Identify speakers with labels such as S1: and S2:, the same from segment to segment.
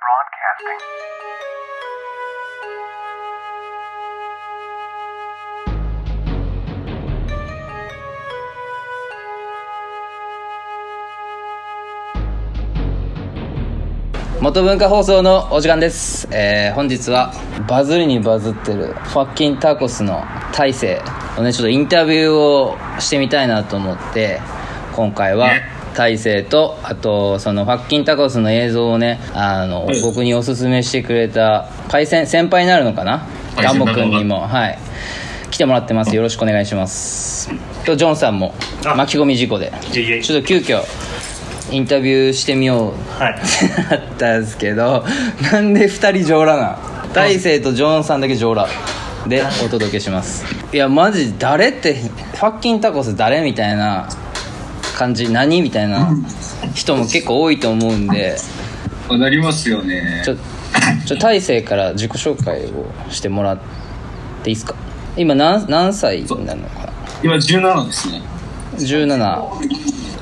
S1: Podcasting.
S2: 「元文化放送」のお時間です、えー本日はバズりにバズってるファッキンタコスの大勢をねちょっとインタビューをしてみたいなと思って今回は大勢とあとそのファッキンタコスの映像をねあの、僕におすすめしてくれたパイセン先輩になるのかな
S3: パイ
S2: ガ
S3: セン
S2: ン
S3: 仲
S2: モ
S3: 間
S2: 君にもはい来てもらってますよろしくお願いしますとジョンさんも
S4: あ
S2: 巻き込み事故で
S4: いやいや
S2: ちょっと急遽インタビューしてみよう
S4: はい
S2: あったんですけどなんで2人上裸なん大勢とジョンさんだけ上裸でお届けしますいやマジ誰ってファッキンタコス誰みたいな感じ何みたいな人も結構多いと思うんで
S3: まあなりますよね
S2: ちょちょ大勢から自己紹介をしてもらっていいですか今何何歳になるのかな
S3: 今17ですね
S2: 17っ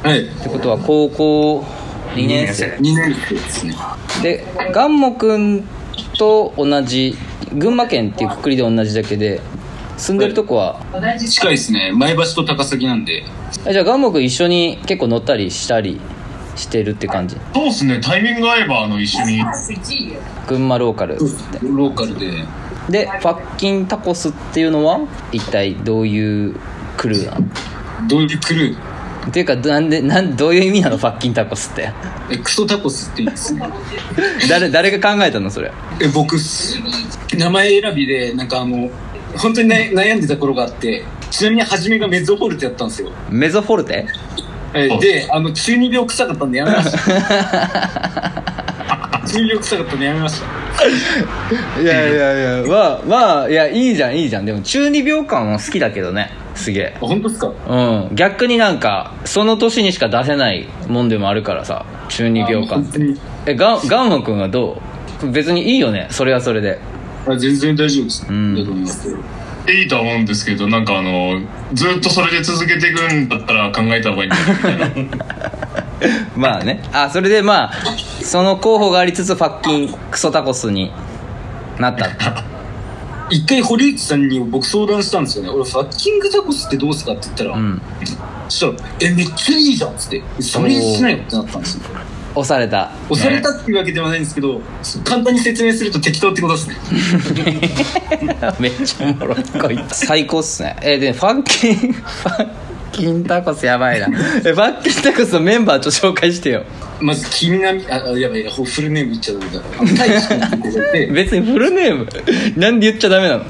S3: はい
S2: てことは高校2年生
S3: 2年生ですね
S2: でガンモ君と同じ群馬県っていうくくりで同じだけで住んでるとこは
S3: 近いですね前橋と高崎なんで
S2: えじゃあガンモ君一緒に結構乗ったりしたりしてるって感じ
S4: そうっすねタイミング合えばあの一緒に
S2: 群馬ローカル
S3: ローカルで
S2: でファッキンタコスっていうのは一体どういうクルーなの
S3: どういうクルー
S2: っていうかなんでなんどういう意味なのファッキンタコスって
S3: えクソタコスって言うんですね
S2: 誰誰が考えたのそれ
S3: え僕っす名前選びでなんかあの本当にね、悩んでた頃があってちなみに初めがメゾホルテやったんですよ、
S2: メゾフォルテ
S3: え
S4: あ
S3: であの中二病臭かったんでやめま した中二病臭かったんでやめました
S2: いやいやいや まあまあいやいいじゃんいいじゃんでも中二病感は好きだけどねすげえ
S3: あ本当っすか
S2: うん、逆になんかその年にしか出せないもんでもあるからさ中二病感
S3: 本当に
S2: えガンガンマくんはどう別にいいよねそれはそれで
S3: あ全然大丈夫です、
S2: ん
S3: だと思います
S4: いいとは思うんですけどなんかあのずっとそれで続けていくんだったら考えた方がいいんじゃないみたいな
S2: まあねあそれでまあその候補がありつつファッキンクソタコスになった
S3: 一回堀内さんに僕相談したんですよね俺ファッキングタコスってどうすかって言ったら、
S2: うん
S3: そしたら「えめっちゃいいじゃん」っつって「それしないよ」ってなったんですよ
S2: 押された
S3: 押されたっていうわけではないんですけど簡単に説明すると適当ってことですね
S2: めっちゃおもろいこいつ最高っすねえでファッキンファッキンタコスやばいな えファッキンタコスのメンバーちょっと紹介してよ
S3: まず君なみああやばいやばいフルネーム言っちゃダメだ大志君って言って
S2: 別にフルネームなんで言っちゃダメなの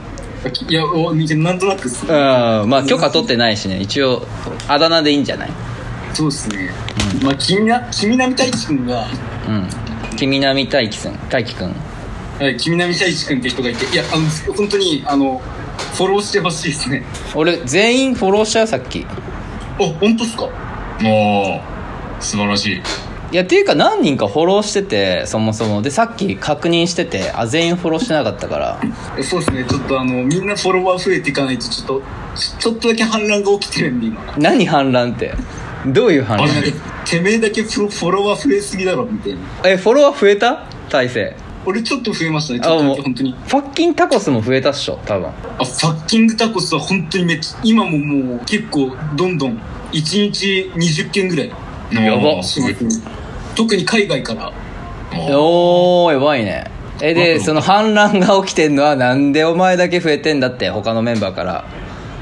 S3: いやお見てなんとなくっすね
S2: あーまあ許可取ってないしね一応あだ名でいいんじゃない
S3: そうですね、まあ君な君なみ大志君が
S2: うん君並大輝さん大輝くん
S3: はい君なみ大志君って人がいていやあの本当にあのフォローしてほしいですね
S2: 俺全員フォローしたよさっきい
S3: あ本当っすか
S4: もう素晴らしい
S2: やっていうか何人かフォローしててそもそもでさっき確認しててあ全員フォローしてなかったから
S3: そうですね、ちょっとあの、みんなフォロワー増えていかないと、ちょっと、ちちょっとだけ反乱が起きてるんで、今。
S2: 何反乱ってどういう反
S4: あ
S2: 乱
S4: れ
S3: てめえだけフォフォロワー増えすぎだろ、みたいな。
S2: えフォロワー増えた大勢
S3: 俺ちょっと増えましたね、ち
S2: あ
S3: ょっとだ
S2: もう
S3: け
S2: フ
S3: 本当に。
S2: ァッキンタコスも増えたっしょ多分
S3: あ、ファッキングタコスは本当にめっちゃ、今ももう結構、どんどん、1日20件ぐらい
S2: やば
S4: もう
S3: し
S4: す
S3: ま
S4: ご
S3: す
S4: い
S3: ね。特に海外から。
S4: もう
S2: おーやばいねえで
S4: うん
S2: その反乱が起きてんのはなんでお前だけ増えてんだって他のメンバーから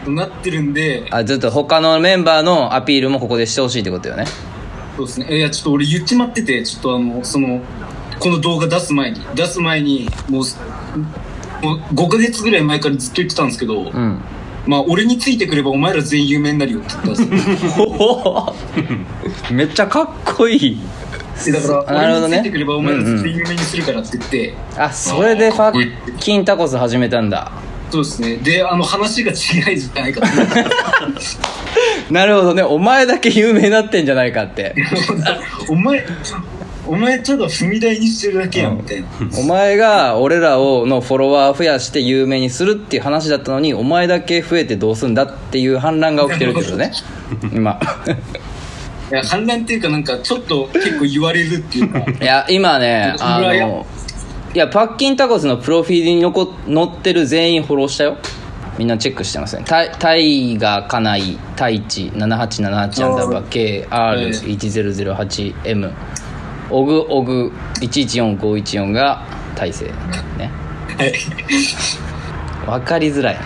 S3: なってるんで、
S2: あ、ちょっと他のメンバーのアピールもここでしてほしいってことよね。
S3: そうですね。いや、ちょっと俺言っちまってて、ちょっとあの、その、この動画出す前に、出す前に、もう、もう5ヶ月ぐらい前からずっと言ってたんですけど、
S2: うん。
S3: まあ、俺についてくればお前ら全員有名になるよって言ったんですよ。
S2: ほほ めっちゃかっこいい。
S3: でだか
S2: なるほ
S3: ら、俺
S2: ど
S3: に
S2: ね
S3: ついてくればお前ら全員有名にするからって言って、
S2: あ、それでフ
S4: か
S2: ァ
S4: っこいい
S2: ッキンタコス始めたんだ。
S3: そうですね。で、あの、話が違いじゃないかって。
S2: なるほどね。お前だけ有名になってんじゃないか って。
S3: お前、お前ただ踏み台にしてるだけやん、みたいな。
S2: お前が俺らをのフォロワー増やして有名にするっていう話だったのに、お前だけ増えてどうすんだっていう反乱が起きてるってこと ね。今。
S3: いや、反乱っていうかなんか、ちょっと結構言われるっていうか、
S2: いや、今ね、あ
S3: うわや
S2: の、いやパッキンタコスのプロフィールにのこ載ってる全員フォローしたよみんなチェックしてますねタイタイガーカナイタイチ7878アンダーバ
S3: ええ
S2: ー KR1008M オグオグ114514が大勢ね
S3: はい。
S2: わかりづ らいな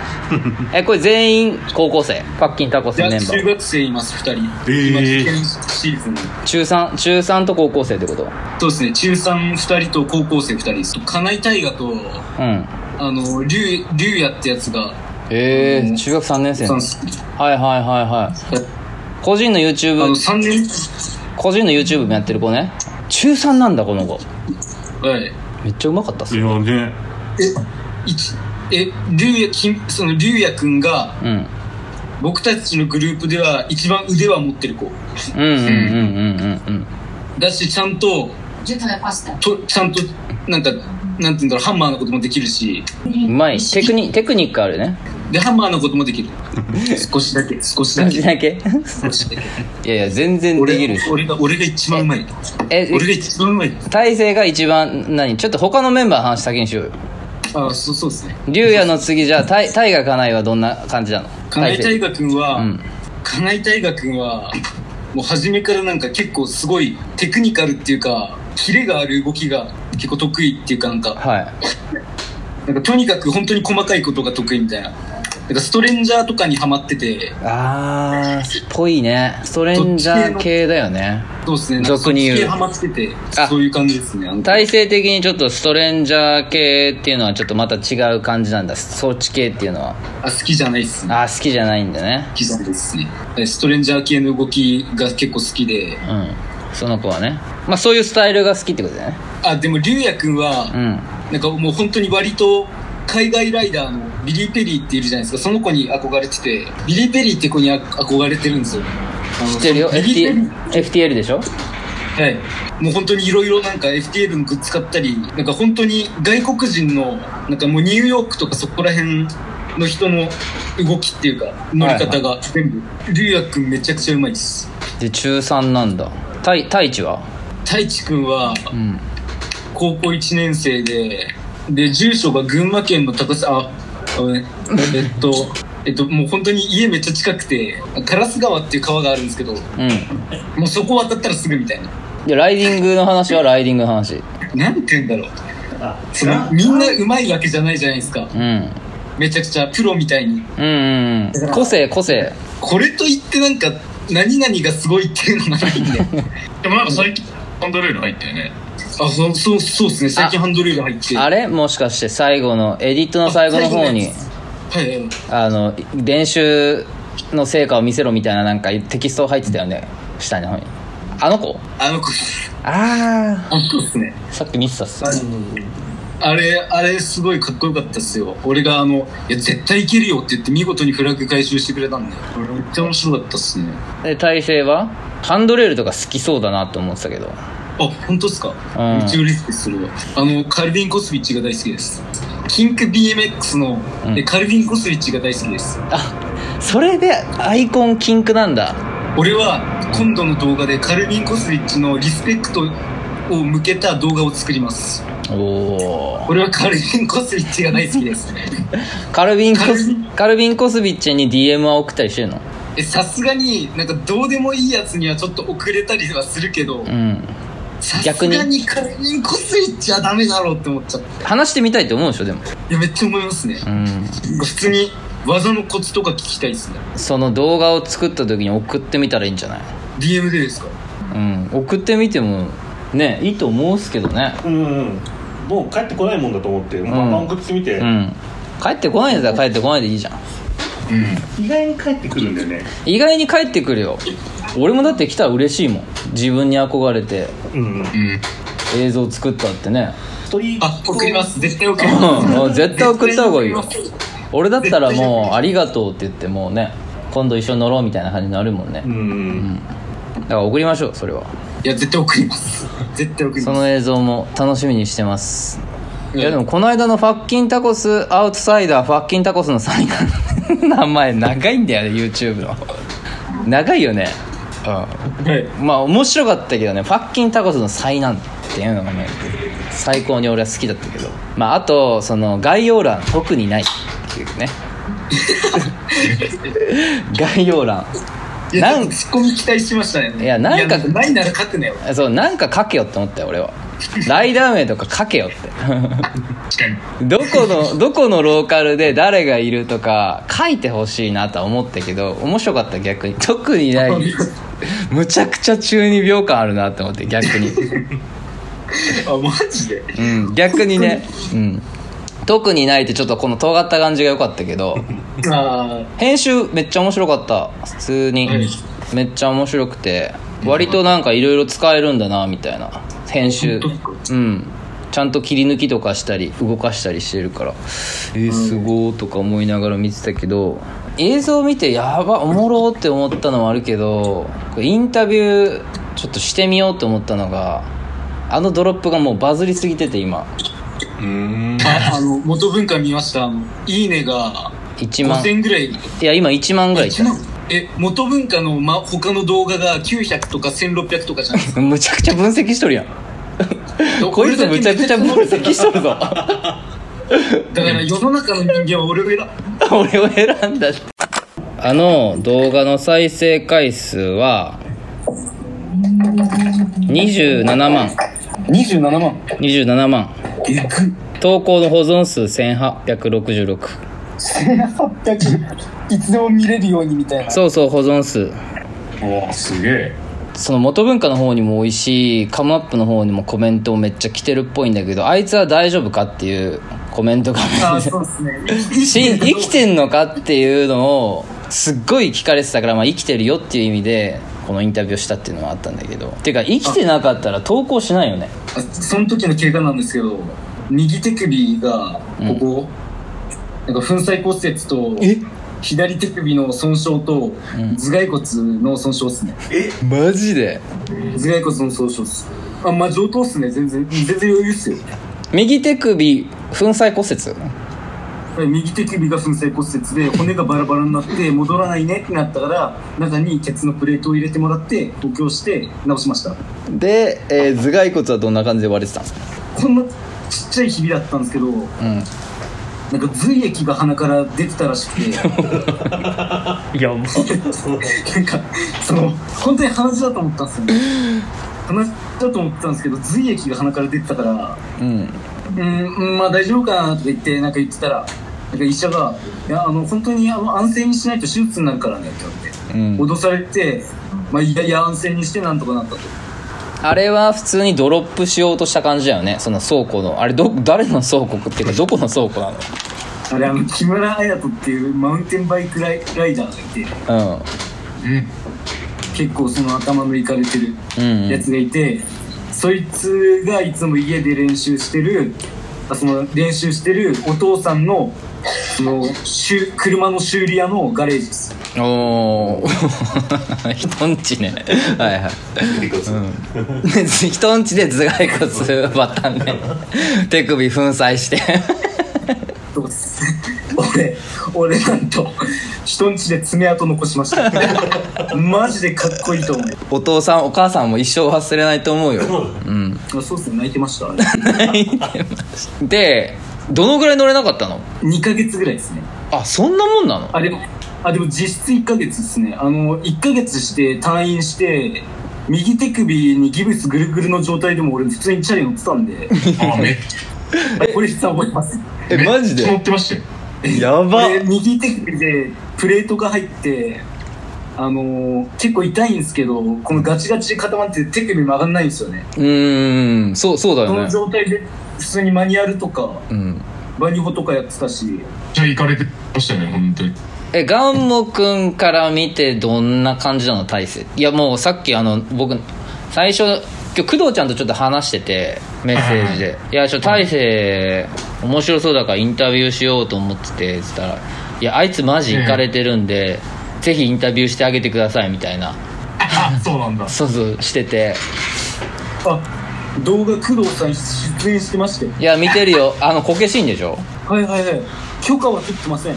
S2: えこれ全員高校生パッキンタコス
S3: じゃ
S2: のメ
S3: あ
S2: ンバ
S3: 中
S2: ー
S3: 学生います、二人。
S4: ー
S3: 今、受験シーズン。
S2: 中3中3と高校生ってこと
S3: そうですね、中3二人と高校生二人です。金井大河と、
S2: うん
S3: あの、竜、竜也ってやつが、
S2: ええ
S3: うん
S2: 中学3年生
S3: さ
S2: の
S3: ん
S2: はいはいはいはい個人の
S3: あ
S2: YouTube
S3: の、三年、
S2: 個人の YouTube もやってる子ね中3なんだこの子
S3: はい。
S2: めっちゃうまかったっす
S1: いやね
S3: え、一、え、竜也、金その、竜也くんが、
S2: うん
S3: 僕たちのグループでは一番腕は持ってる子。
S2: うんうんうんうんうん
S3: だし、ちゃんと、とちゃんと、なんか、なんて言うんだろう、ハンマーのこともできるし、
S2: うんうまいテクニテクニックあるね
S3: で、ハンマーのこともできる。少しだけ、少しだ
S2: 感じ
S3: け。
S2: だ け
S3: 少しだけ。
S2: いやいや全然できる
S3: 俺
S2: し
S3: 俺が、俺が一番うまい。
S2: え
S3: 俺が一番うまい。
S2: 体勢が一番何ちょっと他のメンバーの話先にしようよ
S3: ああ、そうそうですね。
S2: 竜也の次じゃあタイタイガかないはどんな感じなの
S3: 金井大河君は、
S2: うん
S3: 金井大河君は、もう初めからなんか結構すごいテクニカルっていうか、キレがある動きが結構得意っていうかなんか、
S2: はい
S3: なんかとにかく本当に細かいことが得意みたいな。なんかストレンジャーとかにハマってて、
S2: あーっぽいねストレンジャー系だよね
S3: そうですね、なんか
S2: 俗に言う
S3: そっち系ハマってて
S2: あ、
S3: そういう感じですね。あの
S2: 体勢的にちょっとストレンジャー系っていうのはちょっとまた違う感じなんだ装置系っていうのは
S3: あ好きじゃないっすね。
S2: あー好きじゃないんだね
S3: 好きじゃないっすね。ストレンジャー系の動きが結構好きで、
S2: うんその子はねまあそういうスタイルが好きってことだよね
S3: あ、でも竜也くんは、
S2: うん
S3: なんかもう本当に割と海外ライダーのビリー・ペリーっているじゃないですかその子に憧れててビリー・ペリーって子にあ憧れてるんですよ
S2: 知ってるよ
S3: あのビリー・ペリ
S2: FT
S3: ー
S2: FTL でしょ
S3: はいもう本当にいろいろなんか FTL のグッズ買ったりなんか本当に外国人のなんかもうニューヨークとかそこら辺の人の動きっていうか乗り方が全部竜也くんめちゃくちゃうまいです
S2: で中3なんだ太一は
S3: 太一くんは
S2: うん
S3: 高校1年生で、で、住所が群馬県の高さ、あ、ごめんえっと、 えっと、もう本当に家めっちゃ近くて、烏川っていう川があるんですけど、も
S2: うん
S3: うそこ渡ったらすぐみたいな。
S2: でライディングの話はライディングの話
S3: なんて言うんだろう。そのみんな上手いわけじゃないじゃないですか。
S2: うんうん
S3: めちゃくちゃプロみたいに。
S2: うんうん個性個性
S3: これといってなんか、何々がすごいっていうのがないん で。
S4: でもなんか最近ハンドルール入ったよね
S3: あ、そう、そう、そうですね。最近ハンドルール入って。
S2: あ
S3: れ
S2: れもしかして最後のエディットの最後の方に
S3: はいはい。
S2: あの練習の成果を見せろみたいななんかテキスト入ってたよね下の方にあの子
S3: あの子、
S2: あ
S3: あの子ですね。
S2: あさっき見てたっす
S3: あれ、あれすごいかっこよかったっすよ。俺があの、いや、絶対いけるよって言って見事にフラッグ回収してくれたんで。俺めっちゃ面白かったっすね。
S2: で体勢はハンドレールとか好きそうだなと思ってたけど
S3: あ、本当っすか
S2: うん
S3: めっちゃ嬉しいです、それは。あの、カルビン・コスビッチが大好きです。キンク BMX の、
S2: うん
S3: えカルビン・コスビッチが大好きです。
S2: あそれでアイコンキンクなんだ
S3: 俺は今度の動画でカルビン・コスビッチのリスペクトを向けた動画を作ります。
S2: おお
S3: 俺はカルビン・コスビッチが大好きです。
S2: カルビンコ
S3: カル
S2: ス
S3: ビン
S2: カルビン・コスビッチに DM は送ったりしてるの
S3: え、さすがになんかどうでもいいやつにはちょっと遅れたりはするけど、
S2: うん
S3: さ
S2: 逆
S3: す
S2: に
S3: がにカルビンコスイッチはダメだろうって思っちゃって
S2: 話してみたいと思うでしょでも
S3: いやめっちゃ思いますね
S2: うん
S3: 普通に技のコツとか聞きたいですね
S2: その動画を作った時に送ってみたらいいんじゃない
S3: DM でですか
S2: うん送ってみてもねいいと思うっすけどね
S1: うんうんもう帰ってこないもんだと思って、まあまあ送ってみて、
S2: うん帰ってこないんだったら帰ってこないでいいじゃん
S4: うん
S1: 意外に帰ってくるんだよね
S2: 意外に帰ってくるよ俺もだって来たら嬉しいもん自分に憧れて
S1: うん
S4: うん
S2: 映像作ったってね
S1: ストリート
S3: あ送ります絶対送り
S2: う
S3: ま
S2: ん
S3: す
S2: 絶対送った方がいいよ
S3: 絶対送ります
S2: 俺だったらもう「ありがとう」って言ってもうね今度一緒に乗ろうみたいな感じになるもんね
S1: うんうん
S2: だから送りましょうそれはい
S3: や絶対送ります絶対送り
S2: そ
S3: ます
S2: の映像も楽しみにしてますい
S3: うん
S2: やでもこの間のファッキンタコスアウトサイダーファッキンタコスのサイン 名前長いんだよね YouTube の長いよねうん
S3: はい
S2: まあ面白かったけどねファッキンタコスの災難っていうのがね最高に俺は好きだったけどまああとその概要欄特にないって いうね概要欄
S3: いや
S2: な
S3: ちょ
S2: ん
S3: っとツッコミ期待しましたね
S2: いやなんか
S3: いないなら書くなよ
S2: そうなんか書けよって思ったよ俺はライダー名とか書けよっ
S4: 確かに
S2: てどこのどこのローカルで誰がいるとか書いてほしいなとは思ったけど面白かった逆に特にないむちゃくちゃ中二病感あるなって思って逆に
S3: あマジで
S2: うん逆にねうん特にないってちょっとこの尖った感じが良かったけど
S3: あ
S2: 編集めっちゃ面白かった普通に、めっちゃ面白くて割となんかいろいろ使えるんだなみたいな編集うんちゃんと切り抜きとかしたり動かしたりしてるからえー、すごーとか思いながら見てたけど映像見てやばおもろーって思ったのもあるけどこれインタビューちょっとしてみようと思ったのがあのドロップがもうバズりすぎてて今
S1: うーん
S3: ああの元文化見ましたあのいいねが
S2: 1万い
S3: 5000ぐらい
S2: や今1万ぐらいいった
S3: 1万え元文化の、ま、他の動画が900とか1600とかじゃないです
S2: むちゃくちゃ分析しとるやん
S3: か
S2: こいつむちゃくちゃ分析しとるぞ
S3: だから世の中の人間は俺を選
S2: 俺を選んだってあの動画の再生回数は27万
S3: ぶ27万
S2: 27万
S3: えぐ
S2: 投稿の保存数1866
S3: 1800いつでも見れるようにみたいな
S2: そうそう保存数
S4: おおすげえ
S2: その元文化の方にも多いしカムアップの方にもコメントめっちゃ来てるっぽいんだけどあいつは大丈夫かっていうコメントが
S3: ああそうですね
S2: し生きてんのかっていうのをすっごい聞かれてたから、まあ、生きてるよっていう意味でこのインタビューをしたっていうのはあったんだけどてか生きてなかったら投稿しないよね
S3: あその時の怪我なんですけど右手首がここ、なんか粉砕骨折と左手首の損傷と、
S2: ん
S3: 頭蓋骨の損傷ですね
S2: マジで
S3: 頭蓋骨の損傷っすあまあ上等っすね全然全然余裕っすよ
S2: 右手首粉砕骨折
S3: 右手首が粉砕骨折で骨がバラバラになって戻らないねってなったから中にケツのプレートを入れてもらって補強して直しました
S2: で、えー頭蓋骨はどんな感じで割れてたの
S3: こんなちっちゃいひびだったんですけど
S2: うん
S3: なんか髄液が鼻から出てたらしくて
S1: いやもう
S3: なんか、その、本当に鼻血だと思ったんですよね。鼻血だと思ってたんですけど、髄液が鼻から出てたから、
S2: うん
S3: うーん、まあ大丈夫かなとか言って、なんか言ってたら、なんか医者が、いや、あの、本当にあの安静にしないと手術になるからね、って
S2: うん
S3: 言われて、脅されて、まあ、いやいや、安静にしてなんとかなったと。
S2: あれは普通にドロップしようとした感じだよねその倉庫のあれど誰の倉庫っていうかどこの倉庫な
S3: あれ、あの、木村彩人っていうマウンテンバイクライライダーがいて、
S2: のうん
S3: 結構その頭のいかれてる。
S2: うんう
S3: や
S2: ん
S3: つがいて、そいつがいつも家で練習してるあその練習してるお父さんのその修車の修理屋のガレージです
S2: おお 人んちねはいはいで人んち で頭蓋骨バタンね手首粉砕して
S3: どうです 俺俺なんと人んちで爪痕残しました マジでかっこいいと思う
S2: お父さんお母さんも一生忘れないと思うよ、 うん、
S3: あそうっすね泣いてました
S2: でどのぐらい乗れなかったの
S3: 2ヶ月ぐらいですね
S2: あそんなもんなの
S3: あでもあでも実質1ヶ月ですねあの1ヶ月して退院して右手首にギブスぐるぐるの状態でも俺普通にチャリ乗ってたんで
S4: あめっ
S3: はいこれ実は覚えてます。
S2: えマジ
S4: ちゃ乗
S2: で
S4: ってましたよ
S2: やば
S3: で右手首でプレートが入って、あのー結構痛いんですけど、このガチガチで固まって手首曲がんないんですよね。
S2: うーんそうそうだ
S3: こ
S2: よ
S3: の
S2: ね
S3: 状態で普通にマニュアルとか、
S2: うん
S3: バニホとかやってたし、
S4: じゃあ行かれてましたね本当に
S2: えガンモ君から見てどんな感じなの大勢いやもうさっきあの僕最初今日工藤ちゃんとちょっと話しててメッセージで「いやちょっと大勢面白そうだからインタビューしようと思ってて」っつったら「いやあいつマジ行かれてるんで、ぜひインタビューしてあげてください」みたいな
S4: あそうなんだ
S2: そうそうしてて
S3: あ、動画工藤さん出演してまして。
S2: 「いや見てるよ あのこけしんでしょ
S3: はいはいはい。許可は取ってません。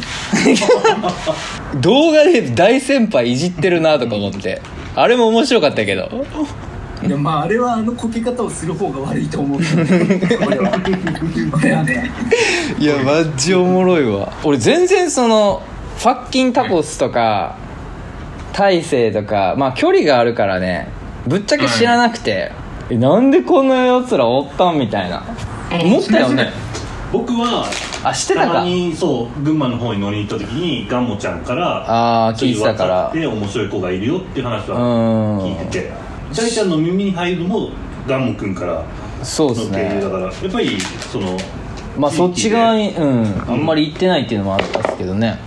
S2: 動画で大先輩いじってるな」とか思ってあれも面白かったけど
S3: いやまああれはあのこけ方をする方が悪いと 思うけどね俺は俺はね
S2: いやマジおもろいわ俺全然そのファッキンタコスとか大勢とかまあ距離があるからねぶっちゃけ知らなくて、えなんでこんなやつらおったんみたいな思ったよね
S1: 僕は
S2: あ知ってたか
S1: まにそう群馬の方に乗りに行った時にガンモちゃんから
S2: あー聞いてたから
S1: そういう若くて面白い子がいるよっていう話
S2: う
S1: は
S2: ん
S1: 聞いててジャイちゃんの耳に入るのもガンモくんから
S2: そう
S1: の
S2: です
S1: 経由
S2: ね
S1: だから、やっぱりその
S2: まあそっち側にうん
S1: ん
S2: あんまり行ってないっていうのもあったんですけどね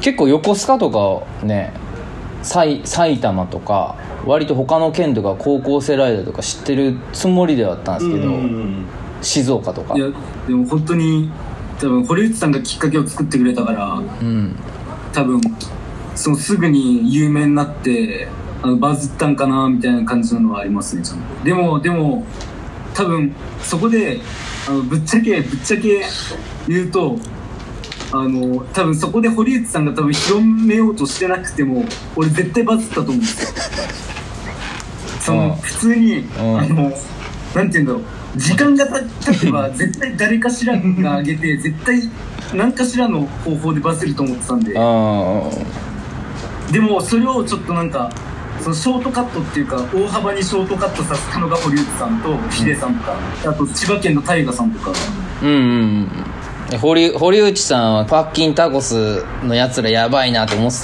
S2: 結構横須賀とかね埼埼玉とか割と他の県とか高校生ライダーとか知ってるつもりではあったんですけど、
S1: うんうんうん
S2: 静岡とか
S3: いやでも本当に多分堀内さんがきっかけを作ってくれたから
S2: うん
S3: 多分そのすぐに有名になってあのバズったんかなみたいな感じなのはありますねちゃんとでもでも多分そこであのぶっちゃけぶっちゃけ言うとあの多分そこで堀内さんが多分広めようとしてなくても俺絶対バズったと思うんですよそ
S2: うん
S3: の普通に、
S2: ん
S3: あのなんて言うんだろう時間が経経てば絶対誰かしらが上げて絶対何かしらの方法でバズると思ってたんで
S2: あ
S3: でもそれをちょっとなんかそのショートカットっていうか大幅にショートカットさせたのが堀内さんとヒデさんとか、あと千葉県の大河さんとか
S2: うんうんうん堀堀内さんはパッキンタコスのやつらやばいなと思って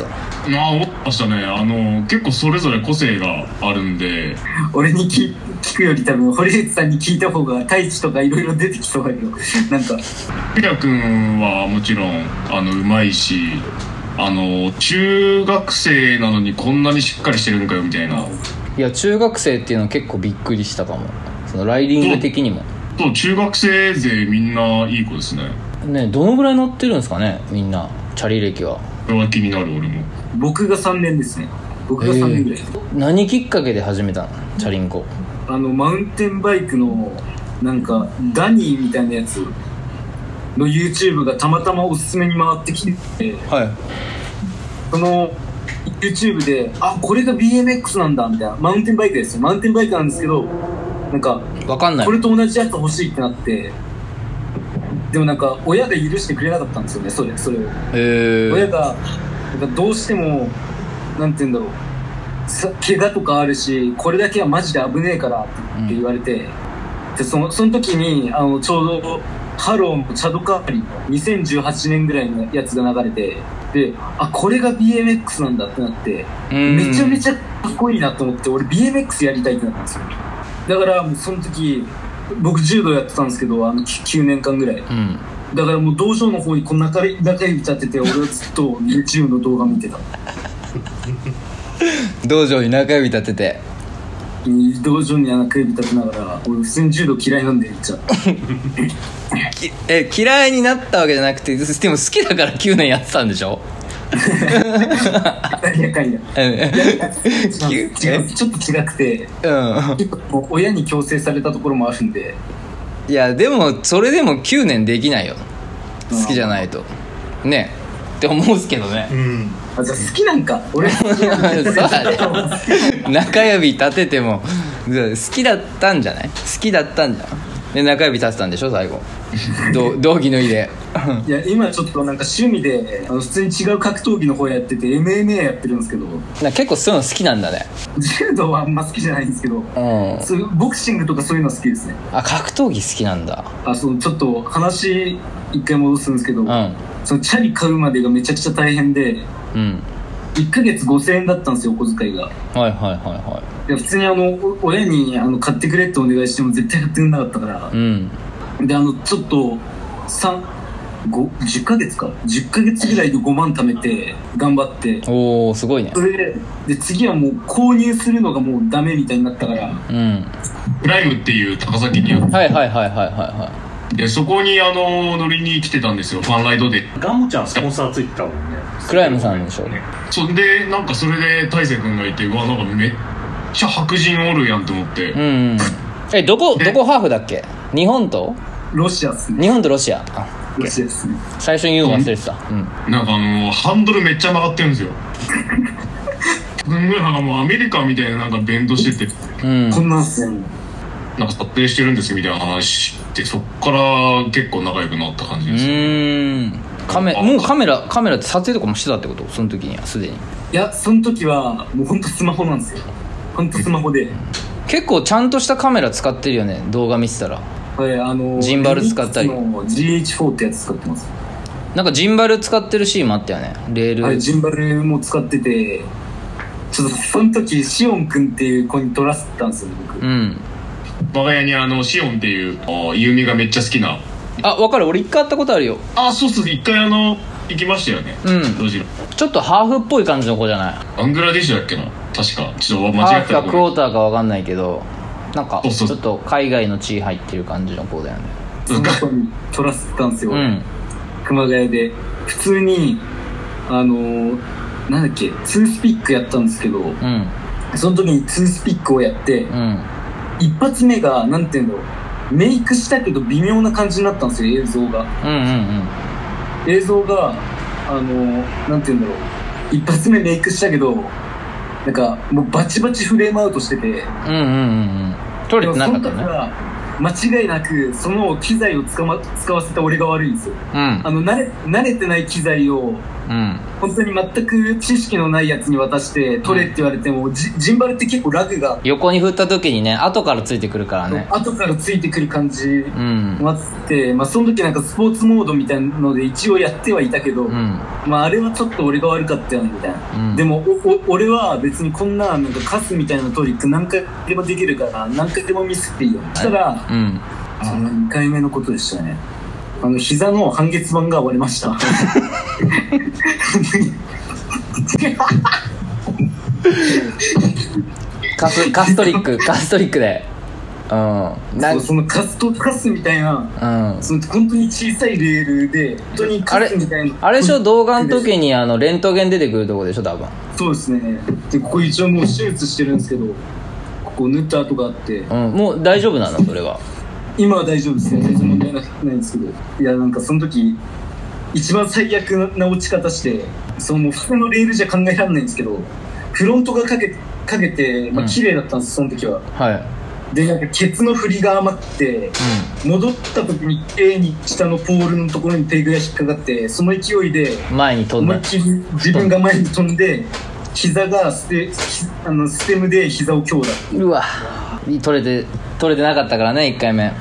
S2: た
S4: あ思ってましたねあの結構それぞれ個性があるんで
S3: 俺に聞聞くより多分堀内さんに聞いた方が太一とかいろいろ出てきそうだけどなんか
S4: ピラ君はもちろんあのうまいしあの中学生なのにこんなにしっかりしてるのかよみたいない
S2: や中学生っていうのは結構びっくりしたかもそのライディング的にも
S4: そう中学生勢みんないい子ですね
S2: ねどのぐらい乗ってるんですかねみんなチャリ歴は
S4: これは気になる俺も
S3: 僕が3年ですね僕が3年ぐらい、
S2: 何きっかけで始めたのチャリンコ
S3: あのマウンテンバイクのなんかダニーみたいなやつの YouTube がたまたまおすすめに回ってきて
S2: はい
S3: その YouTube であこれが BMX なんだみたいなマウンテンバイクですよマウンテンバイクなんですけどなんか
S2: わかんない
S3: これと同じやつ欲しいってなってでもなんか親が許してくれなかったんですよねそれそれを
S2: え
S3: 親
S2: ー、
S3: がなんかどうしてもなんて言うんだろうさ怪我とかあるしこれだけはマジで危ねえからって言われて、でそのその時にあのちょうど「ハローのチャドカーリー」2018年ぐらいのやつが流れてであこれが BMX なんだってなって
S2: うん
S3: めちゃめちゃかっこいいなと思って俺 BMX やりたいってなったんですよだからもうその時僕柔道やってたんですけどあの9年間ぐらい
S2: うん
S3: だからもう道場の方にこう中指中指立てて俺はずっと YouTube の動画見てた
S2: 道場に中指立てて
S3: 道場に中指立てながら俺普通に柔道嫌いなんで言っ ちゃう
S2: きえ嫌いになったわけじゃなくてでも好きだから9年やってたんでしょ
S3: いやかんや
S2: え
S3: 違う違うちょっと違くて
S2: うん
S3: 結構親に強制されたところもあるんで
S2: いやでもそれでも9年できないよ好きじゃないとねって思うんすけどね
S1: うん
S3: あじゃあ好きなんか 俺
S2: そうだね中指立てても好きだったんじゃない好きだったんじゃんで中指立てたんでしょ最後ど道着脱いで
S3: いや今ちょっとなんか趣味であの普通に違う格闘技の方やってて MMA やってるんですけど
S2: な結構そういうの好きなんだね
S3: 柔道はあんま好きじゃないんですけど
S2: うん
S3: そういうボクシングとかそういうの好きですね
S2: あ格闘技好きなんだ
S3: あそのちょっと話一回戻すんですけど、
S2: うん
S3: そのチャリ買うまでがめちゃくちゃ大変で
S2: うん
S3: 1ヶ月5000円だったんですよお小遣いが
S2: はいはいはいはい
S3: や普通にあのお親にあの買ってくれってお願いしても絶対買ってくれなかったから
S2: い、うん
S3: であのちょっと310ヶ月か10ヶ月ぐらいで5万貯めて頑張って
S2: おおすごいね
S3: それでで次はもう購入するのがもうダメみたいになったから
S2: うん
S4: プライムっていう高崎にあっ
S2: はいはいはいはいはいは
S4: てでそこにあの乗りに来てたんですよファンライドで
S1: ガンモちゃんスポンサーついてたもんね
S2: いクライムさんでしょ
S1: ね
S4: そんでなんかそれで大勢君がいてうわなんかめっちゃ白人おるやんと思って
S2: うんうんえどこどこハーフだっけ日本と
S3: ロシアっすね
S2: 日本とロシアあ
S3: ロシアっすね
S2: 最初に言うの忘れてたうん
S4: なんかあのハンドルめっちゃ曲がってるんですよすんごいなんかもうアメリカンみたいななんか弁当してて
S2: うん
S3: こんなんすね。
S4: なんか撮影してるんですみたいな話して、そっから結構仲良くなった感じ
S2: う
S4: です。
S2: ーんカメもうカメラカメラって撮影とかもしてたってことその時にはすでに
S3: いや、その時は、もうほんとスマホなんですよ。ほんとスマホで。
S2: 結構ちゃんとしたカメラ使ってるよね動画見てたら
S3: はい、あの、
S2: ジンバル使ったり
S3: レニックスの GH4 ってやつ使ってます。
S2: なんかジンバル使ってるシーンもあったよねレール、
S3: はい、ジンバルも使ってて、ちょっとその時、シオンくんっていう子に撮らせてたんですよ、僕。
S2: うん
S4: 我が家にあの、シオンっていう、あユーミがめっちゃ好きな。
S2: あ分かる俺一回会ったことあるよ
S4: あ、そうそう、一回あの、行きましたよね。
S2: うん
S4: どちら
S2: ちょっとハーフっぽい感じの子じゃない
S4: バングラデシュだっけな確か。ちょっと
S2: ハ
S4: 間
S2: ー
S4: 違っ
S2: フ
S4: た
S2: か
S4: と
S2: クォ
S4: こ
S2: ーターか分かんないけどなんか
S4: そうそう
S2: ちょっと海外の地位入ってる感じの子だよね
S3: その子に撮らせてたんですよ、
S2: うん
S3: 熊谷で。普通に、あのー、なんだっけ、ツースピックやったんですけど、
S2: うん
S3: その時にツースピックをやって、
S2: うん
S3: 一発目が、なんていうの、メイクしたけど微妙な感じになったんですよ、映像が。
S2: うんうん
S3: 映像が、あのー、なんていうんだろう。一発目メイクしたけど、なんか、もうバチバチフレームアウトしてて、
S2: うんうんうんうんうん撮れ
S3: でも
S2: てな
S3: そ
S2: かっ
S3: の
S2: た
S3: 時
S2: ね
S3: は、間違いなく、その機材を使,、ま、使わせた俺が悪いんですよ。
S2: うん
S3: あの、慣れ、慣れてない機材を、
S2: うん
S3: 本当に全く知識のないやつに渡して、取れって言われても、ジジンバルって結構ラグが、
S2: 横に振った時にね後からついてくるからね
S3: 後からついてくる感じ
S2: うん
S3: もあって、まあ、その時なんかスポーツモードみたいなので一応やってはいたけど、
S2: うん
S3: まあ、あれはちょっと俺が悪かったよねみたいな、
S2: うん
S3: でもおお俺は別にこんななんかカスみたいなトリック何回でもできるから何回でもミスっていいよそしたら
S2: うん
S3: その2回目のことでしたねあの膝の半月板が割れました
S2: カ スカストリックカストリックでうんな
S3: そうそのカスとカスみたいな
S2: うん
S3: その本当に小さいレールで本当に
S2: あ
S3: カ
S2: れ
S3: スみたいな
S2: あれでしょ動画の時にあのレントゲン出てくるとこでしょ多分
S3: そうですねでここ一応もう手術してるんですけどここ縫った跡があって
S2: うんもう大丈夫なのそれは
S3: 今は大丈夫ですね全然問題ないんですけどいやなんかその時一番最悪な落ち方してそのもう普通のレールじゃ考えられないんですけどフロントがかけかけて、ま
S2: う
S3: あ
S2: ん
S3: 綺麗だったんですその時は
S2: はいうん
S3: でなんかケツの振りが余って戻った時に A に下のポールのところにペグが引っかかってその勢いで
S2: 前に飛ん
S3: 思い
S2: だ
S3: っきり自分が前に飛んで膝がステひあのステムで膝を強打
S2: うわ取れて取れてなかったからね1回目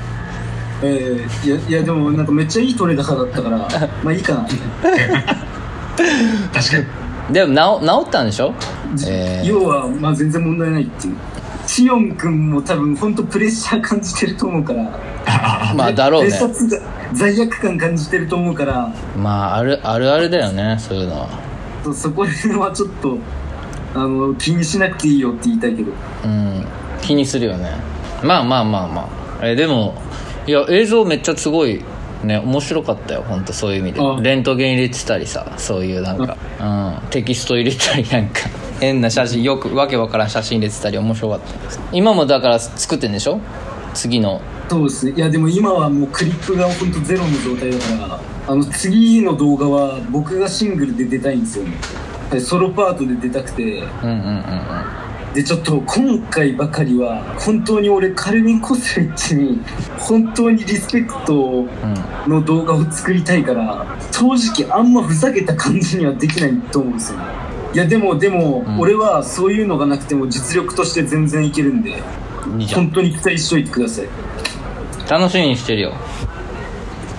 S3: えー、いやいやでもなんかめっちゃいいトレーダーだったからまあいいかな
S4: ーター。確か
S2: でも治治ったんでしょえー
S3: 要は、まあ、全然問題ないっていう。シオン君も多分本当プレッシャー感じてると思うから、
S2: まあだろう
S3: プレ
S2: ね
S3: ッシャーつうか罪悪感感じてると思うから、
S2: まああるあるあるだよねそういうのは
S3: そそこら辺はちょっとあの気にしなくていいよって言いたいけど、
S2: うん気にするよねまあまあまあまあえでもいや映像めっちゃすごいね面白かったよ本当そういう意味で
S3: あ
S2: レントゲン入れてたりさそういうなんか、うん、テキスト入れたりなんか変な写真よくわけわからん写真入れてたり面白かったです今もだから作ってんでしょ次の
S3: そうですね、いやでも今はもうクリップが本当ゼロの状態だから、あの次の動画は僕がシングルで出たいんですよね。でソロパートで出たくて、
S2: うんうんうんうん
S3: でちょっと今回ばかりは本当に俺カルミン・コスレッチに本当にリスペクトの動画を作りたいから正直あんまふざけた感じにはできないと思うんですよねいやでもでも
S2: うん
S3: 俺はそういうのがなくても実力として全然いけるんで
S2: うんいいじゃん
S3: 本当に期待しといてください
S2: 楽しみにしてるよ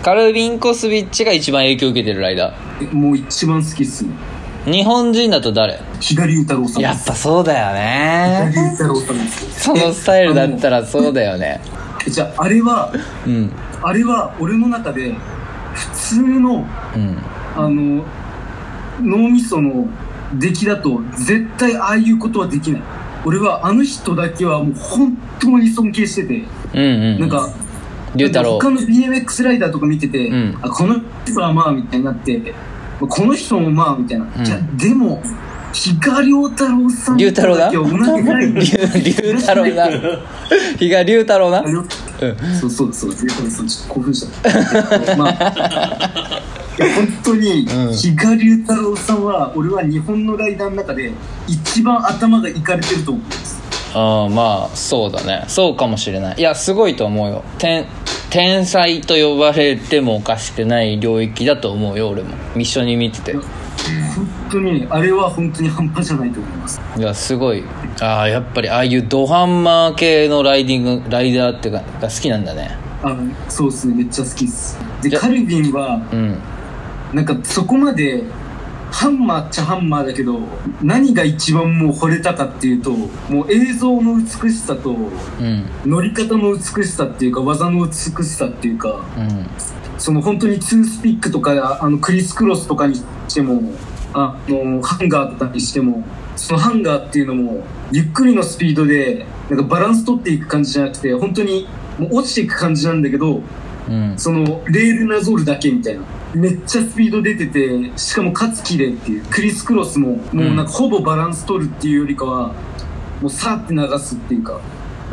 S2: カルビン・コスビッチが一番影響受けてるライダー
S3: えもう一番好きっすね
S2: 日本人だと誰
S3: 左太郎さんで
S2: やっ
S3: す
S2: ぱそうだよね
S3: 左太郎さんです
S2: そのスタイルだったらそうだよね
S3: えじゃああれは
S2: うん
S3: あれは俺の中で普通の
S2: うん
S3: あの脳みその出来だと絶対ああいうことはできない俺はあの人だけはもう本当に尊敬してて、
S2: うんうん
S3: なんか
S2: 龍太郎
S3: 他の BMX ライダーとか見てて、
S2: うん
S3: あこの人はまあみたいになってこの人もまあみたいな、
S2: うん
S3: じゃでも比嘉龍太郎さん
S2: 龍太郎だ
S3: とだけは同じぐらい
S2: 龍太郎な比嘉龍太郎な
S3: よそうそうそう、龍太郎さん、ちょっと興奮した。まあ、いや本当に、
S2: うん
S3: 比嘉龍太郎さんは、俺は日本のライダーの中で、一番頭がいかれてると思うんです。
S2: うんまあそうだねそうかもしれないいやすごいと思うよ天天才と呼ばれてもおかしくない領域だと思うよ俺も一緒に見てて
S3: 本当にあれは本当に半端じゃないと思います
S2: いやすごいああやっぱりああいうドハンマー系のライディングライダーってかが好きなんだね
S3: あのそうですねめっちゃ好きですでカルビンは
S2: うん
S3: なんかそこまでハンマーっちゃハンマーだけど何が一番もう惚れたかっていうともう映像の美しさと
S2: うん
S3: 乗り方の美しさっていうか技の美しさっていうか
S2: うん
S3: その本当にツースピックとかあのクリスクロスとかにしてもあのハンガーとかにしてもそのハンガーっていうのもゆっくりのスピードでなんかバランス取っていく感じじゃなくて本当にもう落ちていく感じなんだけど
S2: うん
S3: そのレールなぞるだけみたいなめっちゃスピード出ててしかもかつ綺麗っていうクリスクロスももうなんかほぼバランス取るっていうよりかはもうさーって流すっていうか